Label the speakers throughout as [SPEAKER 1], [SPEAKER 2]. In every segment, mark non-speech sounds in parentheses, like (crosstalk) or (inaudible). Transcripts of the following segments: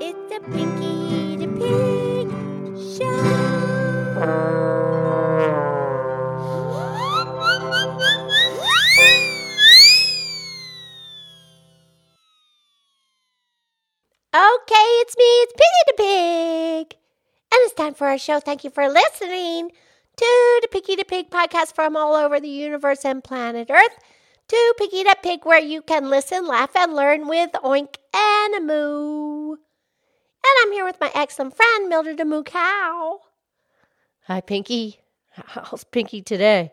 [SPEAKER 1] It's a Pinky the Pig show. Okay, it's me, it's Pinky the Pig. And it's time for our show. Thank you for listening to the Picky the Pig podcast from all over the universe and planet Earth to Picky the Pig, where you can listen, laugh, and learn with Oink and a Moo. And I'm here with my excellent friend, Mildred the Moo Cow. Hi, Pinky. How's Pinky today?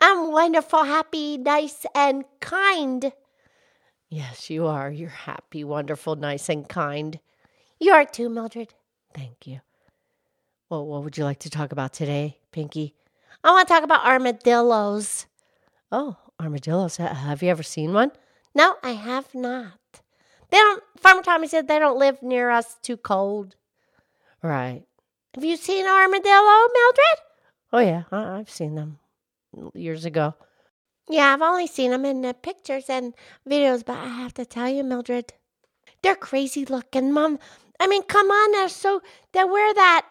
[SPEAKER 1] I'm wonderful, happy, nice, and kind. Yes, you are. You're happy, wonderful, nice, and kind. You are too, Mildred. Thank you. Well, what would you like to talk about today, Pinky? I want to talk about armadillos. Oh, armadillos. Ha- Have you ever seen one? No, I have not. They don't, Farmer Tommy said they don't live near us too cold. Right. Have you seen an armadillo, Mildred? Oh, yeah, I- I've seen them years ago. Yeah, I've only seen them in the pictures and videos, but I have to tell you, Mildred, they're crazy looking, Mom. I mean, come on, they're so, they wear that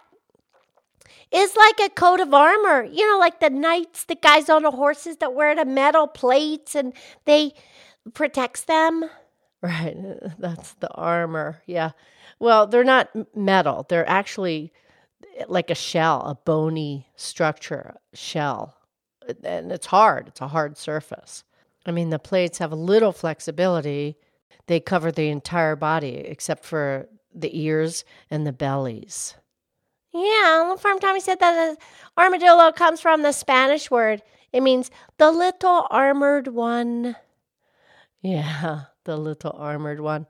[SPEAKER 1] it's like a coat of armor. You know, like the knights, the guys on the horses that wear the metal plates and they protects them.
[SPEAKER 2] (laughs) Right. That's the armor. Yeah. Well, they're not m- metal. They're actually eh, like a shell, a bony structure shell. And it's hard. It's a hard surface. I mean, the plates have a little flexibility. They cover the entire body except for the ears and the bellies. (laughs)
[SPEAKER 1] Yeah, Farm Tommy said that the armadillo comes from the Spanish word. It means the little armored one.
[SPEAKER 2] Yeah, the little armored one.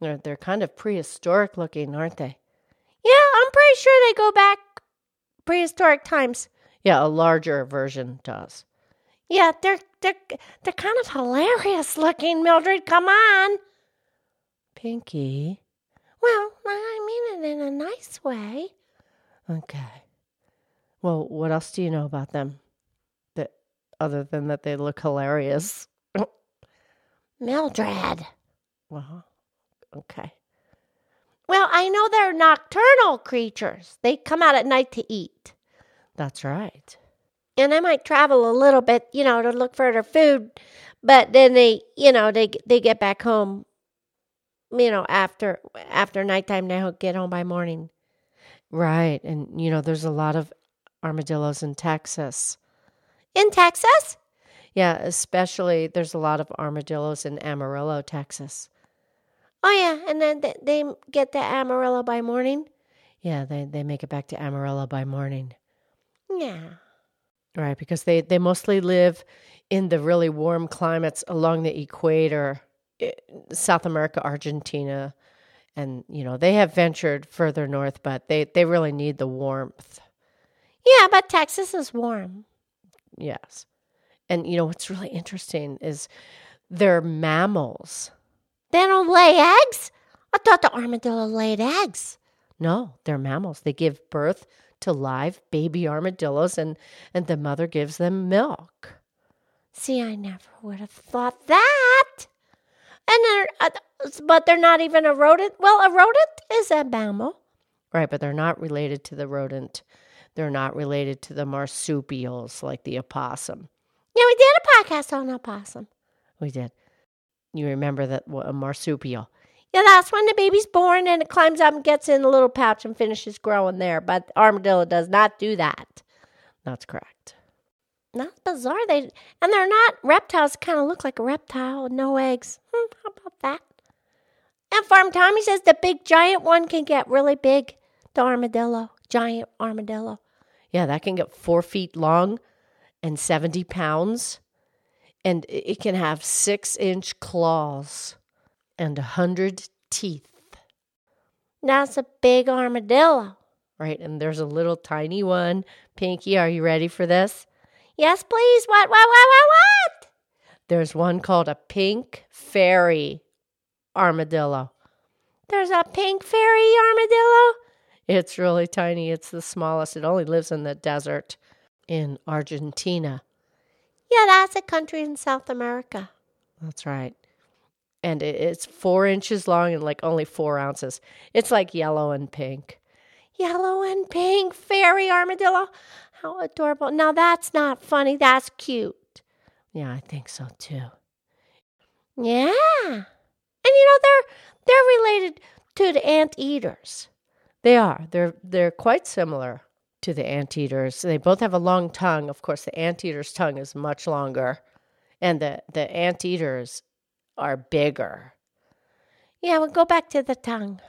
[SPEAKER 2] They're, they're kind of prehistoric looking, aren't they?
[SPEAKER 1] Yeah, I'm pretty sure they go back prehistoric times.
[SPEAKER 2] Yeah, a larger version does.
[SPEAKER 1] Yeah, they're they're they're kind of hilarious looking, Mildred. Come on.
[SPEAKER 2] Pinky.
[SPEAKER 1] Well, I mean it in a nice way.
[SPEAKER 2] Okay. Well, what else do you know about them? That other than that they look hilarious.
[SPEAKER 1] Mildred.
[SPEAKER 2] Well, okay.
[SPEAKER 1] Well, I know they're nocturnal creatures. They come out at night to eat.
[SPEAKER 2] That's right.
[SPEAKER 1] And they might travel a little bit, you know, to look for their food, but then they, you know, they they get back home, you know, after after nighttime. They get home by morning.
[SPEAKER 2] Right. And you know, there's a lot of armadillos in Texas.
[SPEAKER 1] In Texas?
[SPEAKER 2] Yeah, especially there's a lot of armadillos in Amarillo, Texas.
[SPEAKER 1] Oh yeah, and then they, they get the Amarillo by morning.
[SPEAKER 2] Yeah, they they make it back to Amarillo by morning.
[SPEAKER 1] Yeah.
[SPEAKER 2] Right, because they, they mostly live in the really warm climates along the equator, i- South America, Argentina, and you know they have ventured further north, but they, they really need the warmth.
[SPEAKER 1] Yeah, but Texas is warm.
[SPEAKER 2] Yes, and you know what's really interesting is they're mammals.
[SPEAKER 1] They don't lay eggs. I thought the armadillo laid eggs.
[SPEAKER 2] No, they're mammals. They give birth to live baby armadillos, and and the mother gives them milk.
[SPEAKER 1] See, I never would have thought that. And they're, uh, but they're not even a rodent. Well, a rodent is a mammal.
[SPEAKER 2] Right, but they're not related to the rodent. They're not related to the marsupials like the opossum.
[SPEAKER 1] Yeah, we did a podcast on opossum.
[SPEAKER 2] We did. You remember that wa- a marsupial.
[SPEAKER 1] Yeah, that's when the baby's born and it climbs up and gets in the little pouch and finishes growing there. But the armadillo does not do that.
[SPEAKER 2] That's correct.
[SPEAKER 1] That's bizarre. They and they're not reptiles. Kind of look like a reptile. No eggs. Hmm, how about that? And Farm Tommy says the big giant one can get really big. The armadillo, giant armadillo.
[SPEAKER 2] Yeah, that can get four feet long and 70 pounds. And i- it can have six inch claws and a 100 teeth,
[SPEAKER 1] That's a big armadillo.
[SPEAKER 2] right? And there's a little tiny one. Pinky, are you ready for this?
[SPEAKER 1] Yes, please. What, what, what, what, what?
[SPEAKER 2] There's one called a pink fairy armadillo.
[SPEAKER 1] There's a pink fairy armadillo.
[SPEAKER 2] It's really tiny. It's the smallest. It only lives in the desert in Argentina.
[SPEAKER 1] Yeah, that's a country in South America.
[SPEAKER 2] That's right. and it, it's four inches long and like only four ounces. It's like yellow and pink.
[SPEAKER 1] Yellow and pink fairy armadillo. How adorable. Now that's not funny. That's cute.
[SPEAKER 2] Yeah, I think so too.
[SPEAKER 1] Yeah. And you know they're they're related to the anteaters.
[SPEAKER 2] They are. They're they're quite similar to the anteaters. They both have a long tongue. Of course, the anteater's tongue is much longer, and the the anteaters are bigger.
[SPEAKER 1] Yeah, we'll go back to the tongue.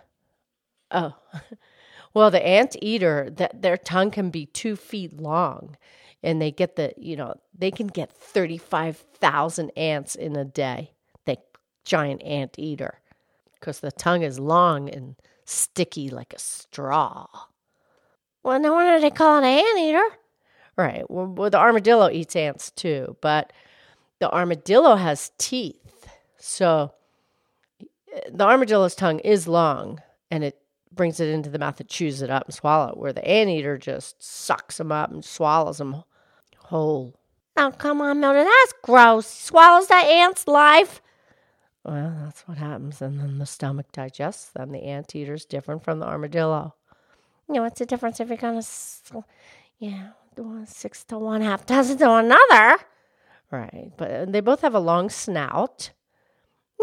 [SPEAKER 2] Oh, (laughs) well, the anteater that their tongue can be two feet long, and they get the you know they can get thirty five thousand ants in a day. The giant anteater, because the tongue is long and sticky like a straw.
[SPEAKER 1] Well, no wonder they call it an anteater.
[SPEAKER 2] Right. Well, well, the armadillo eats ants too, but the armadillo has teeth. So the armadillo's tongue is long and it brings it into the mouth and chews it up and swallow it, where the anteater just sucks them up and swallows them whole.
[SPEAKER 1] Oh, come on, Milton. That's gross. Swallows that ant's life.
[SPEAKER 2] Well, that's what happens. And then the stomach digests them. The anteater's different from the armadillo.
[SPEAKER 1] You know, what's the difference if you're going to, yeah, one, six to one, half dozen to another?
[SPEAKER 2] Right. But uh, they both have a long snout.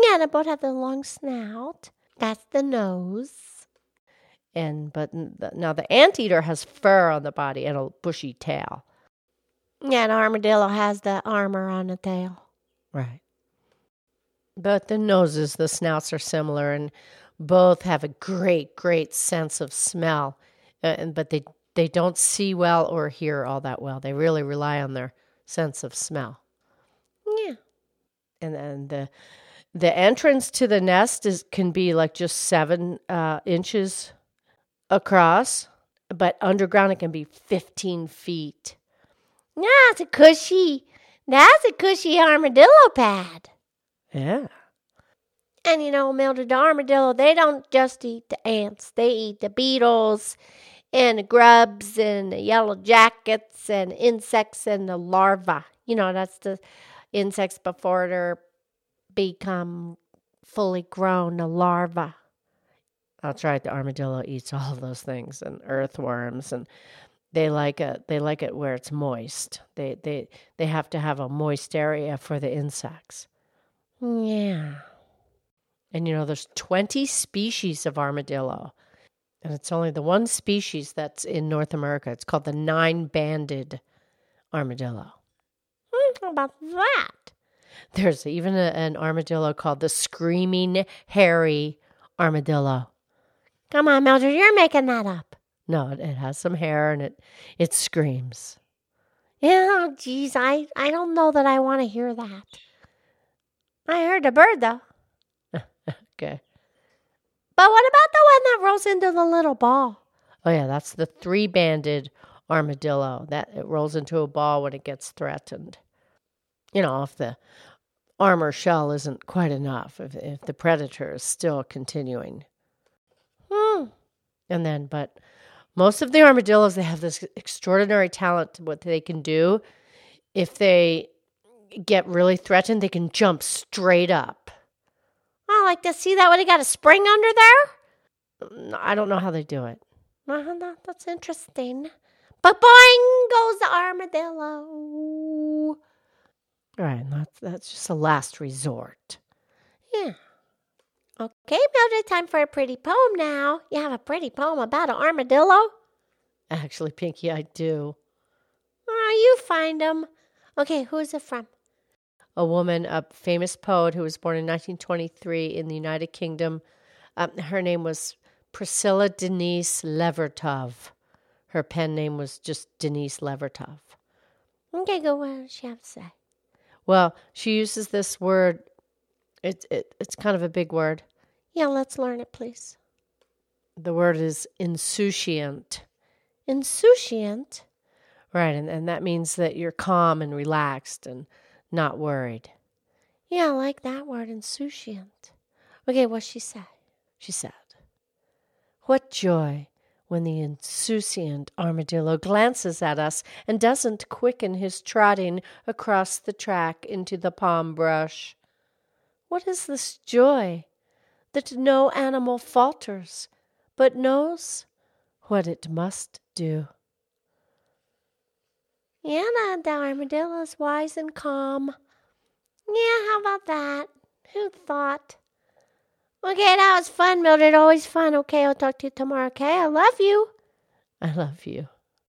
[SPEAKER 1] Yeah, they both have the long snout. That's the nose.
[SPEAKER 2] And, but now the anteater has fur on the body and a bushy tail.
[SPEAKER 1] Yeah, an armadillo has the armor on the tail.
[SPEAKER 2] Right. But the noses, the snouts are similar, and both have a great, great sense of smell. Uh, but they they don't see well or hear all that well. They really rely on their sense of smell.
[SPEAKER 1] Yeah.
[SPEAKER 2] And then the the entrance to the nest is can be like just seven uh, inches across, but underground it can be fifteen feet.
[SPEAKER 1] Yeah, it's a cushy. That's a cushy armadillo pad.
[SPEAKER 2] Yeah.
[SPEAKER 1] And you know, Mildred the armadillo, they don't just eat the ants, they eat the beetles and the grubs and the yellow jackets and insects and the larvae. You know, that's the insects before they're become fully grown, the larvae.
[SPEAKER 2] That's right, the armadillo eats all of those things and earthworms and they like it they like it where it's moist. They they they have to have a moist area for the insects.
[SPEAKER 1] Yeah.
[SPEAKER 2] And you know, there's 20 species of armadillo. And it's only the one species that's in North America. It's called the nine banded armadillo.
[SPEAKER 1] Mm, about that?
[SPEAKER 2] There's even a, an armadillo called the screaming hairy armadillo.
[SPEAKER 1] Come on, Mildred, you're making that up.
[SPEAKER 2] No, it, it has some hair and it it screams.
[SPEAKER 1] Yeah, oh, geez, I, I don't know that I want to hear that. I heard the bird though.
[SPEAKER 2] okay.
[SPEAKER 1] But what about the one that rolls into the little ball?
[SPEAKER 2] Oh yeah, that's the three-banded armadillo. That it rolls into a ball when it gets threatened. You know, if the armor shell isn't quite enough, if if the predator is still continuing.
[SPEAKER 1] Hmm.
[SPEAKER 2] And then but most of the armadillos they have this extraordinary talent what they can do if they get really threatened, they can jump straight up.
[SPEAKER 1] I Oh, like to see that. What, they got a spring under there?
[SPEAKER 2] Mm, I don't know how they do it.
[SPEAKER 1] Uh-huh, that's interesting. But boing goes the armadillo.
[SPEAKER 2] Right, that's, that's just a last resort.
[SPEAKER 1] Yeah. Okay, Mildred, time for a pretty poem now. You have a pretty poem about an armadillo?
[SPEAKER 2] Actually, Pinky, I do.
[SPEAKER 1] Oh, you find them. Okay, who is it from?
[SPEAKER 2] a woman, a famous poet who was born in 1923 in the United Kingdom. Um, her name was Priscilla Denise Levertov. Her pen name was just Denise Levertov.
[SPEAKER 1] Okay, go. What does she have to say?
[SPEAKER 2] Well, she uses this word. It, it, it's kind of a big word.
[SPEAKER 1] Yeah, let's learn it, please.
[SPEAKER 2] The word is insouciant.
[SPEAKER 1] Insouciant?
[SPEAKER 2] Right, and, and that means that you're calm and relaxed and not worried.
[SPEAKER 1] Yeah, I like that word, insouciant. Okay, what she said?
[SPEAKER 2] She said, What joy when the insouciant armadillo glances at us and doesn't quicken his trotting across the track into the palm brush.
[SPEAKER 3] What is this joy that no animal falters, but knows what it must do?
[SPEAKER 2] Anna, the armadillo, is wise and calm. Yeah, how about that? Who thought? Okay, that was fun, Mildred. Always fun. Okay, I'll talk to you tomorrow. Okay, I love you.
[SPEAKER 3] I love you.